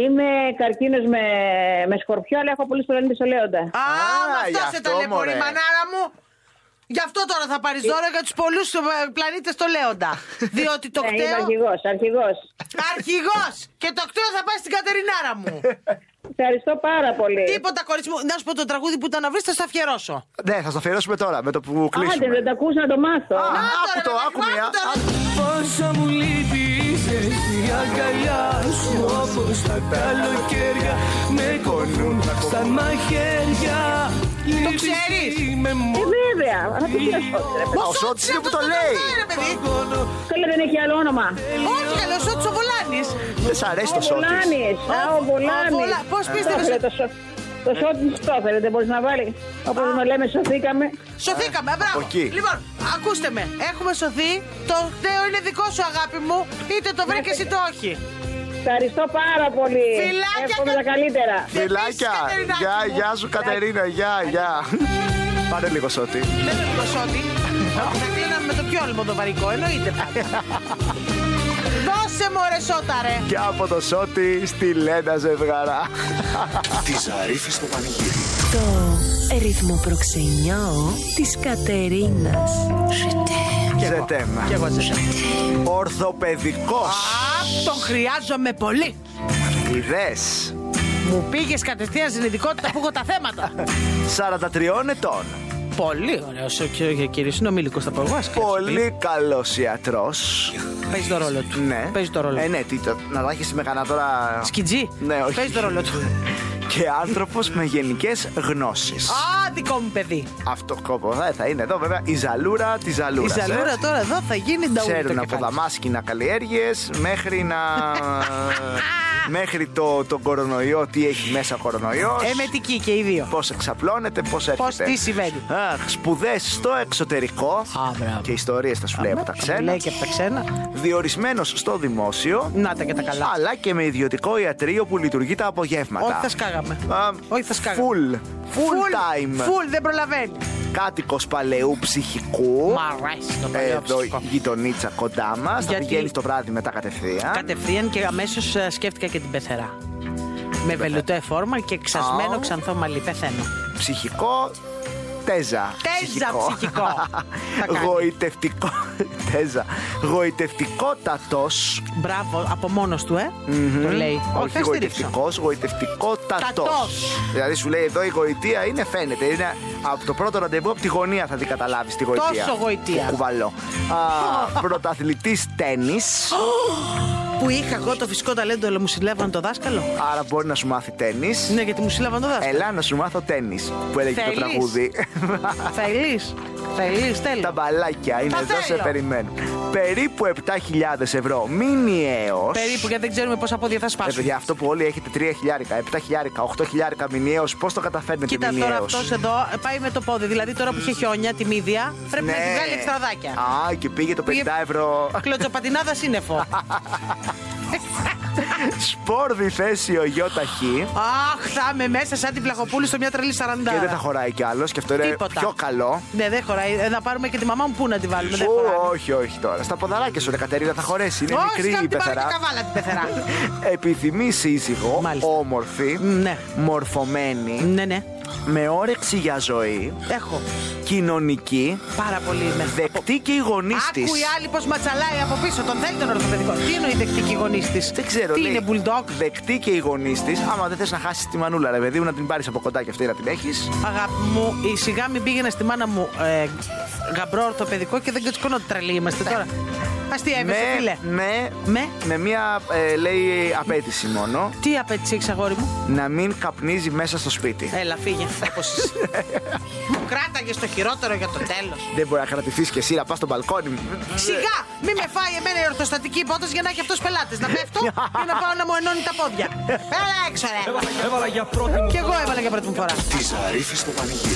[SPEAKER 6] Είμαι καρκίνος με, με σκορπιό, αλλά έχω πολύ στολέντη στο Λέοντα.
[SPEAKER 4] Α,
[SPEAKER 3] Α,
[SPEAKER 4] με
[SPEAKER 3] γι'
[SPEAKER 4] αυτό σε
[SPEAKER 3] αυτό,
[SPEAKER 4] ταλαιπωρεί,
[SPEAKER 3] μωρέ. Ε.
[SPEAKER 4] μανάρα μου. Γι' αυτό τώρα θα πάρεις δώρο για τους πολλούς πλανήτε στο
[SPEAKER 3] <laughs>
[SPEAKER 4] Λέοντα. Διότι το
[SPEAKER 6] Ναι, είμαι
[SPEAKER 4] κτέο.
[SPEAKER 6] αρχηγός, αρχηγός.
[SPEAKER 4] Αρχηγός! Και το κτέο θα πάει στην Κατερινάρα μου.
[SPEAKER 6] Ευχαριστώ πάρα πολύ.
[SPEAKER 3] Ε.
[SPEAKER 4] Τίποτα, κορίτσι μου. Να σου πω το τραγούδι που ήταν να βρεις, θα στο αφιερώσω.
[SPEAKER 3] Ναι, θα το αφιερώσουμε τώρα με το που
[SPEAKER 6] Άντε,
[SPEAKER 3] κλείσουμε.
[SPEAKER 6] δεν τα ακούς να το μάθω.
[SPEAKER 3] Α,
[SPEAKER 4] Να το,
[SPEAKER 3] άκου
[SPEAKER 4] ρε,
[SPEAKER 3] το,
[SPEAKER 4] παιδάκι
[SPEAKER 3] άκου
[SPEAKER 4] μου,
[SPEAKER 3] μια.
[SPEAKER 4] άκου το, ρε.
[SPEAKER 1] Πόσα μου λείπεις εσύ η αγκαλιά σου Όπως τα καλοκαίρια με κονούν σαν μαχαίρια Το
[SPEAKER 4] ξέρεις?
[SPEAKER 1] Με
[SPEAKER 6] Ε,
[SPEAKER 1] μόνο
[SPEAKER 6] βέβαια. Αυτό τι
[SPEAKER 4] Ε.
[SPEAKER 6] είναι ο Σώτης, ρε παιδί.
[SPEAKER 3] Ο Σώτης είναι που το
[SPEAKER 4] Αυτό
[SPEAKER 3] λέει.
[SPEAKER 4] τραγούδι, ρε, παιδί.
[SPEAKER 1] παγώνω
[SPEAKER 6] Καλά, δεν έχει άλλο όνομα.
[SPEAKER 4] Όχι, καλό, ο Σώτη ο Βολάνη.
[SPEAKER 3] Δεν σ'
[SPEAKER 4] Ε,
[SPEAKER 3] αρέσει
[SPEAKER 6] Ο
[SPEAKER 3] το Σώτης.
[SPEAKER 6] Βολάνης. Α,
[SPEAKER 4] Ο
[SPEAKER 6] ο
[SPEAKER 4] Βολα-
[SPEAKER 6] Βολάνης.
[SPEAKER 4] Πώς
[SPEAKER 6] Το
[SPEAKER 4] πίστευες
[SPEAKER 6] έφερε
[SPEAKER 4] ότι- Ε.
[SPEAKER 6] το Σω- Το Σώτης το έφερε, δεν μπορείς να βάλει. Όπως με λέμε, σωθήκαμε.
[SPEAKER 4] Σωθήκαμε, μπράβο.
[SPEAKER 3] από εκεί.
[SPEAKER 4] Λοιπόν, ακούστε με. Έχουμε σωθεί. Το κτέο είναι δικό σου, αγάπη μου. Είτε το βρήκε
[SPEAKER 6] Ναι,
[SPEAKER 4] είτε όχι.
[SPEAKER 6] Ευχαριστώ πάρα πολύ.
[SPEAKER 4] Φιλάκια,
[SPEAKER 6] Εύχομαι
[SPEAKER 4] κα-
[SPEAKER 6] τα καλύτερα.
[SPEAKER 3] Φιλάκια.
[SPEAKER 4] Κατερινάκη
[SPEAKER 3] Γεια,
[SPEAKER 4] μου.
[SPEAKER 3] γεια σου Κατερίνα, γεια, γεια. Πάρε λίγο Σώτη.
[SPEAKER 4] Δεν είναι το
[SPEAKER 3] <laughs>
[SPEAKER 4] σώτη. Θα κλείναμε με το πιο αλμοδοβαρικό, εννοείται. πάντα. Δώσε μου ρε σώτα ρε.
[SPEAKER 3] Και από το Σώτη στη Λένα Ζευγαρά.
[SPEAKER 9] Τι ζαρίφη στο πανηγύρι.
[SPEAKER 7] Το ρυθμό προξενιό της Κατερίνας.
[SPEAKER 3] Ζετέμ.
[SPEAKER 4] Και εγώ σε
[SPEAKER 3] Ορθοπαιδικός.
[SPEAKER 4] Απ, τον χρειάζομαι πολύ.
[SPEAKER 3] Ιδέες.
[SPEAKER 4] Μου πήγες κατευθείαν στην ειδικότητα που έχω τα
[SPEAKER 3] <laughs>
[SPEAKER 4] θέματα.
[SPEAKER 3] 43 ετών.
[SPEAKER 4] Πολύ ωραίος ο κύριο Κύριε. Είναι ο Μίλικος θα
[SPEAKER 3] Πολύ καλός ιατρός.
[SPEAKER 4] Παίζει το ρόλο του.
[SPEAKER 3] Ναι.
[SPEAKER 4] Παίζει το ρόλο
[SPEAKER 3] Ε,
[SPEAKER 4] του.
[SPEAKER 3] ναι, τι, το- να τα έχει με κανένα τώρα.
[SPEAKER 4] Σκιτζή.
[SPEAKER 3] Ναι, όχι.
[SPEAKER 4] Παίζει το ρόλο του.
[SPEAKER 3] Και άνθρωπος με γενικές γνώσεις.
[SPEAKER 4] Α, δικό μου παιδί.
[SPEAKER 3] Αυτό κόπο θα, θα είναι εδώ, βέβαια. Η ζαλούρα τη
[SPEAKER 4] Η
[SPEAKER 3] ζαλούρα.
[SPEAKER 4] ζαλούρα τώρα εδώ θα γίνει νταούλη.
[SPEAKER 3] ε. Ξέρουν από δαμάσκηνα καλλιέργειες μέχρι
[SPEAKER 4] <laughs>
[SPEAKER 3] να. μέχρι το, τον κορονοϊό, τι έχει μέσα ο κορονοϊός.
[SPEAKER 4] Ε, Εμετική και οι δύο.
[SPEAKER 3] Πώς εξαπλώνεται, πώς έρχεται.
[SPEAKER 4] τι συμβαίνει.
[SPEAKER 3] Αχ, σπουδές στο εξωτερικό.
[SPEAKER 4] μπράβο.
[SPEAKER 3] και ιστορίες θα σου λέει από τα
[SPEAKER 4] Μου
[SPEAKER 3] ξένα.
[SPEAKER 4] Λέει και από τα ξένα.
[SPEAKER 3] Διορισμένος στο δημόσιο.
[SPEAKER 4] Να τα και τα καλά.
[SPEAKER 3] Αλλά και με ιδιωτικό ιατρείο που λειτουργεί τα απογεύματα.
[SPEAKER 4] Όχι, θα σκάγαμε.
[SPEAKER 3] Α,
[SPEAKER 4] Όχι, θα σκάγαμε.
[SPEAKER 3] Full. Full time.
[SPEAKER 4] Full, δεν προλαβαίνει.
[SPEAKER 3] Κάτοικος παλαιού ψυχικού.
[SPEAKER 4] Μ' αρέσει το παλιό
[SPEAKER 3] Εδώ η
[SPEAKER 4] ψυχικό.
[SPEAKER 3] γειτονίτσα κοντά μας. Θα
[SPEAKER 4] Γιατί-
[SPEAKER 3] πηγαίνει το βράδυ μετά κατευθείαν.
[SPEAKER 4] Κατευθείαν και αμέσως σκέφτηκα και την πεθερά. Με βελουτέ φόρμα και
[SPEAKER 3] Α.
[SPEAKER 4] ξασμένο ξανθό μαλλί. Πεθαίνω.
[SPEAKER 3] Ψυχικό. Τέζα.
[SPEAKER 4] Τέζα ψυχικό.
[SPEAKER 3] <laughs>
[SPEAKER 4] Θα κάνει.
[SPEAKER 3] Γοητευτικό. Τέζα. Γοητευτικότατος.
[SPEAKER 4] Μπράβο, από μόνος του, ε. Το λέει. Όχι,
[SPEAKER 3] Όχι
[SPEAKER 4] θα στηρίξω.
[SPEAKER 3] γοητευτικός, γοητευτικότατος.
[SPEAKER 4] Τατός.
[SPEAKER 3] Δηλαδή σου λέει εδώ η γοητεία είναι φαίνεται. Είναι από το πρώτο ραντεβού από τη γωνία θα την καταλάβεις τη γοητεία.
[SPEAKER 4] Τόσο γοητεία.
[SPEAKER 3] Που Κουβαλώ.
[SPEAKER 4] <laughs>
[SPEAKER 3] Πρωταθλητή τέννη.
[SPEAKER 4] <gasps> Που είχα εγώ το φυσικό ταλέντο, αλλά μου συλλέβαν το δάσκαλο.
[SPEAKER 3] Άρα μπορεί να σου μάθει τέννη.
[SPEAKER 4] Ναι, γιατί μου συλλάβαν το δάσκαλο.
[SPEAKER 3] Ελά να σου μάθω τέννη που έλεγε το
[SPEAKER 4] Θέλεις?
[SPEAKER 3] τραγούδι.
[SPEAKER 4] <laughs> Θέλεις. Θέλεις,
[SPEAKER 3] Τα
[SPEAKER 4] θέλω.
[SPEAKER 3] μπαλάκια είναι
[SPEAKER 4] Τα
[SPEAKER 3] εδώ, σε
[SPEAKER 4] θέλω.
[SPEAKER 3] περιμένουν. Περίπου 7.000 ευρώ μηνιαίως.
[SPEAKER 4] Περίπου, γιατί δεν ξέρουμε πόσα πόδια θα
[SPEAKER 3] Ε,
[SPEAKER 4] σπάσουν.
[SPEAKER 3] παιδιά, αυτό που όλοι έχετε 3 χιλιάρικα, 7 χιλιάρικα, 8 χιλιάρικα μηνιαίως, πώς το καταφέρνετε
[SPEAKER 4] Κοίτα τώρα
[SPEAKER 3] μηνιαίως?
[SPEAKER 4] αυτός εδώ ε, πάει με το πόδι. Δηλαδή τώρα που είχε χιόνια, τη μύδια, πρέπει
[SPEAKER 3] Ναι.
[SPEAKER 4] να τη βγάλει εξτραδάκια.
[SPEAKER 3] Α, και πήγε το 50
[SPEAKER 4] Πήγε-
[SPEAKER 3] ευρώ. <laughs>
[SPEAKER 4] Κλωτσοπατινάδα σύννεφο.
[SPEAKER 3] Σπορ διθέσιο γιοταχή.
[SPEAKER 4] Αχ, θα είμαι μέσα σαν την πλαχοπούλη στο μια τρελή 40.
[SPEAKER 3] Και δεν θα χωράει κι άλλος, και αυτό είναι
[SPEAKER 4] Τίποτα.
[SPEAKER 3] πιο καλό.
[SPEAKER 4] Ναι, δεν χωράει. Ε, Να πάρουμε και τη μαμά μου πού να τη βάλουμε. Δεν
[SPEAKER 3] Ου,
[SPEAKER 4] χωράει.
[SPEAKER 3] όχι, όχι τώρα. Στα ποδαράκια σου, ρε Κατερίνα, θα χωρέσει. Είναι
[SPEAKER 4] Όχι,
[SPEAKER 3] μικρή
[SPEAKER 4] να
[SPEAKER 3] η
[SPEAKER 4] την πάρω και
[SPEAKER 3] πεθερά.
[SPEAKER 4] καβάλα την πεθερά.
[SPEAKER 3] Επιθυμεί σύζυγο,
[SPEAKER 4] Μάλιστα.
[SPEAKER 3] όμορφη,
[SPEAKER 4] Ναι.
[SPEAKER 3] μορφωμένη,
[SPEAKER 4] ναι, ναι.
[SPEAKER 3] με όρεξη για ζωή,
[SPEAKER 4] Έχω
[SPEAKER 3] κοινωνική,
[SPEAKER 4] πάρα πολύ με.
[SPEAKER 3] δεκτή και οι γονεί τη.
[SPEAKER 4] Άκου η άλλη πώς ματσαλάει από πίσω. Τον θέλει τον ορθοπαιδικό. Τι είναι η δεκτική γονής της.
[SPEAKER 3] Δεν ξέρω,
[SPEAKER 4] Τι
[SPEAKER 3] λέει,
[SPEAKER 4] είναι, μπουλντόκ.
[SPEAKER 3] Δεκτή και οι γονεί της. Άμα δεν θες να χάσεις τη μανούλα, ρε παιδί μου, να την πάρεις από κοντά και αυτή να την έχεις.
[SPEAKER 4] Αγάπη μου, η σιγά μην πήγαινα στη μάνα μου ε, γαμπρό ορθοπαιδικό και δεν κατσικώνω ότι τρελοί είμαστε
[SPEAKER 3] Ναι.
[SPEAKER 4] τώρα. Αστείευεσαι, Ε, φίλε.
[SPEAKER 3] με,
[SPEAKER 4] Με.
[SPEAKER 3] με μία, ε, λέει, απέτηση μόνο.
[SPEAKER 4] Τι απέτυχε, εξαγόρι μου.
[SPEAKER 3] Να μην καπνίζει μέσα στο σπίτι.
[SPEAKER 4] Έλα, φύγε. Όπως
[SPEAKER 3] <laughs>
[SPEAKER 4] είσαι. μου κράταγες το χειρότερο για το τέλος.
[SPEAKER 3] Δεν μπορεί να κρατηθείς και εσύ να πας στο μπαλκόνι.
[SPEAKER 4] Σιγά! Μη με φάει εμένα η ορθοστατική υπόθεση για να έχει αυτός πελάτες. Να πέφτω και να πάω να μου ενώνει τα
[SPEAKER 3] <laughs>
[SPEAKER 4] πόδια. Έλα έξω, ρε.
[SPEAKER 1] Έβαλα για πρώτη μου
[SPEAKER 4] Κι εγώ έβαλα για πρώτη μου φορά.
[SPEAKER 11] Τη Ζαρίφη στο πανηγύρι.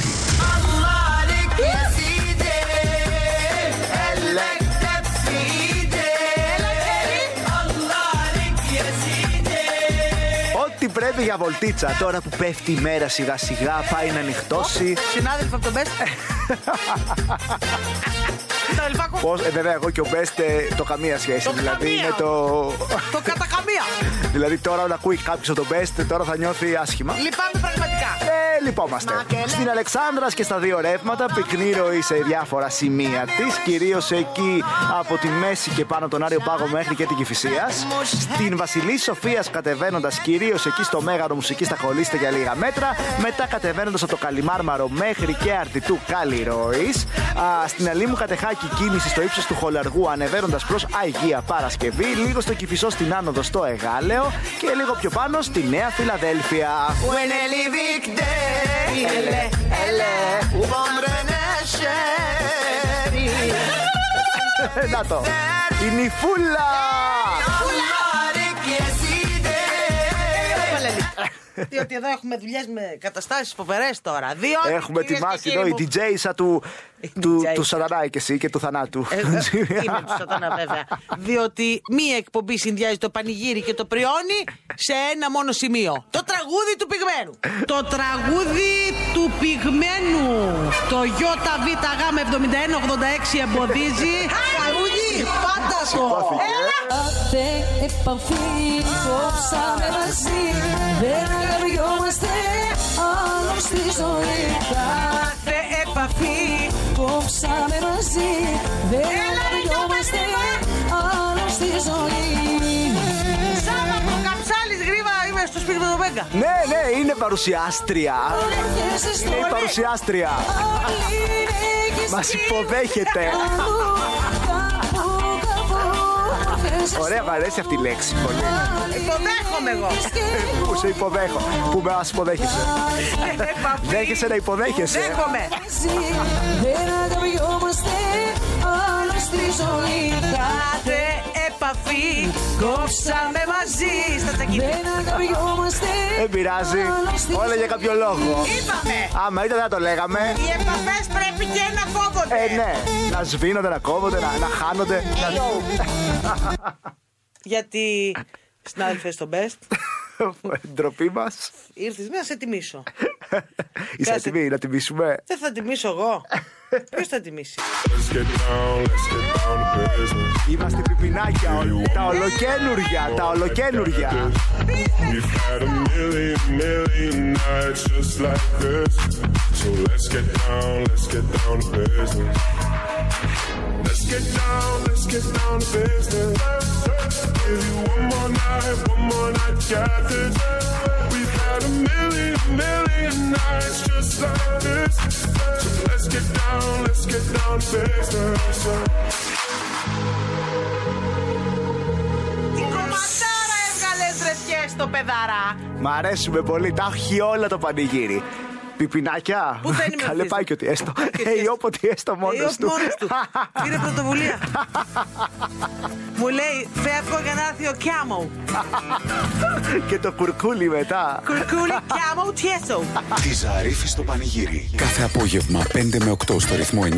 [SPEAKER 3] Ό,τι πρέπει για βολτίτσα. Τώρα που πέφτει η μέρα σιγά σιγά, πάει να ανοιχτώσει.
[SPEAKER 4] Συνάδελφο από τον
[SPEAKER 3] <laughs>
[SPEAKER 4] Μπέστ. Το Ελφάκο.
[SPEAKER 3] Πώς, ε, βέβαια, εγώ και ο Μπέστε το καμία σχέση.
[SPEAKER 4] Το
[SPEAKER 3] δηλαδή,
[SPEAKER 4] καμία.
[SPEAKER 3] είναι το.
[SPEAKER 4] Το κατά καμία.
[SPEAKER 3] δηλαδή, τώρα να ακούει κάποιος τον Μπέστε, τώρα θα νιώθει άσχημα.
[SPEAKER 4] Λυπάμαι πραγματικά.
[SPEAKER 3] Ε, λυπόμαστε. Στην Αλεξάνδρας και στα δύο ρεύματα πυκνή ροή σε διάφορα σημεία της, κυρίως εκεί από τη μέση και πάνω τον Άριο Πάγο μέχρι και την Κυφυσίας. Στην Βασιλή Σοφίας κατεβαίνοντας κυρίως εκεί στο Μέγαρο Μουσικής θα κολλήσετε για λίγα μέτρα. Μετά κατεβαίνοντας από το Καλιμάρμαρο μέχρι και Αρτιτού Καλλιροή. Στην Αλήμου Κατεχάκη κίνηση στο ύψος του Χολαργού ανεβαίνοντας προς Αγία Παρασκευή. Λίγο στο Κυφισό στην άνοδο στο Εγάλεο και λίγο πιο πάνω στη Νέα Φιλαδέλφια. Να το. Η νυφούλα! Ε.
[SPEAKER 4] Διότι εδώ έχουμε δουλειές με καταστάσεις φοβερές τώρα. Διότι,
[SPEAKER 3] Έχουμε
[SPEAKER 4] κυρίες
[SPEAKER 3] τη
[SPEAKER 4] και
[SPEAKER 3] μάση
[SPEAKER 4] κύριοι
[SPEAKER 3] εδώ, η
[SPEAKER 4] μου,
[SPEAKER 3] DJ σα του,
[SPEAKER 4] Η
[SPEAKER 3] του,
[SPEAKER 4] DJ.
[SPEAKER 3] του Σατανάη και εσύ και του θανάτου.
[SPEAKER 4] Ε, ε, Είναι του σατανά βέβαια. Διότι μία εκπομπή συνδυάζει το πανηγύρι και το πριόνι σε ένα μόνο σημείο. Το τραγούδι του πυγμένου. Το τραγούδι του πυγμένου. Το ΙΒΓ7186 εμποδίζει. Τραγούδι, πάτα το.
[SPEAKER 3] Σηκώθηκε, ε.
[SPEAKER 12] Κάθε επαφή κόψαμε μαζί Δεν αγαπιόμαστε άλλο στη ζωή
[SPEAKER 4] Κάθε επαφή.
[SPEAKER 12] Κόψαμε μαζί Δεν αγαπιόμαστε
[SPEAKER 4] ε.
[SPEAKER 12] άλλο στη ζωή
[SPEAKER 4] Σαν από καψάλης γρήγορα είμαι στους πυγμένου. Μπράγκα.
[SPEAKER 3] <laughs> Ναι, ναι, είναι παρουσιάστρια.
[SPEAKER 13] Έρχεσαι στο
[SPEAKER 3] Είναι η
[SPEAKER 13] νερό,
[SPEAKER 3] παρουσιάστρια.
[SPEAKER 13] όλοι είναι εκεί
[SPEAKER 3] Μα
[SPEAKER 13] στην
[SPEAKER 3] υποδέχεται.
[SPEAKER 13] αλλού, κάπου, κάπου. Έρχεσαι
[SPEAKER 3] Ωραία,
[SPEAKER 13] στο
[SPEAKER 3] μ' αρέσει αυτή η λέξη πολύ.
[SPEAKER 13] νερό,
[SPEAKER 4] Υποδέχομαι ε, εγώ.
[SPEAKER 13] σκύλο.
[SPEAKER 3] Που σε υποδέχω. Που με ας υποδέχεσαι. Δέχεσαι να υποδέχεσαι.
[SPEAKER 4] ε. Δέχομαι.
[SPEAKER 13] Μαζί δεν αγαπιόμαστε άλλο στη ζωή.
[SPEAKER 4] Κάθε επαφή κόψαμε μαζί στα τσακίδια.
[SPEAKER 13] Δεν αγαπιόμαστε
[SPEAKER 3] Δεν πειράζει.
[SPEAKER 13] άλλο στη
[SPEAKER 3] Όλα για
[SPEAKER 13] ζωή.
[SPEAKER 3] κάποιο λόγο.
[SPEAKER 4] Είπαμε,
[SPEAKER 3] Άμα ήταν δεν το λέγαμε.
[SPEAKER 4] οι επαφές πρέπει και να κόβονται.
[SPEAKER 3] Ε, ναι. Να σβήνονται, να κόβονται, να, να χάνονται.
[SPEAKER 4] Γιατί, συνάδελφε στο best,
[SPEAKER 3] Να... Ντροπή μας.
[SPEAKER 4] ήρθες να σε τιμήσω.
[SPEAKER 3] Είσαι
[SPEAKER 4] Κάτσε.
[SPEAKER 3] έτοιμη να τιμήσουμε.
[SPEAKER 4] Δεν θα τιμήσω εγώ. Ποιος θα τιμήσει.
[SPEAKER 3] Είμαστε πιπινάκια όλοι. Τα ολοκένουργια, τα ολοκένουργια.
[SPEAKER 4] Τι κομματάρα έβγαλες ρε σκέστο παιδάρα.
[SPEAKER 3] Μ' αρέσουμε πολύ. Τα έχει όλα το πανηγύρι. Πιπινάκια.
[SPEAKER 4] Πού δεν είμαι
[SPEAKER 3] Καλέ
[SPEAKER 4] ευθύς.
[SPEAKER 3] πάει και ότι έστω.
[SPEAKER 4] και
[SPEAKER 3] Ε,
[SPEAKER 4] εσύ.
[SPEAKER 3] ή όποτε έστω μόνος
[SPEAKER 4] Ε, ο
[SPEAKER 3] του.
[SPEAKER 4] μόνος του. Πήρε πρωτοβουλία. Μου λέει, φεύγω για να έρθει ο Κιάμο.
[SPEAKER 3] <laughs> Και το κουρκούλι μετά.
[SPEAKER 4] Κουρκούλι Κιάμο Τιέσο.
[SPEAKER 2] Τη Ζαρίφη στο πανηγύρι. Κάθε απόγευμα 5 με 8 στο ρυθμό 949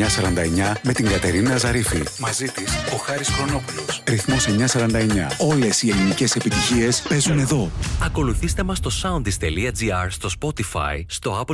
[SPEAKER 2] με την Κατερίνα Ζαρίφη. Μαζί της ο Χάρης Χρονόπουλος. Ρυθμός 949. Όλες οι ελληνικές επιτυχίες παίζουν εδώ.
[SPEAKER 14] Ακολουθήστε μας στο soundis.gr, στο Spotify, στο Apple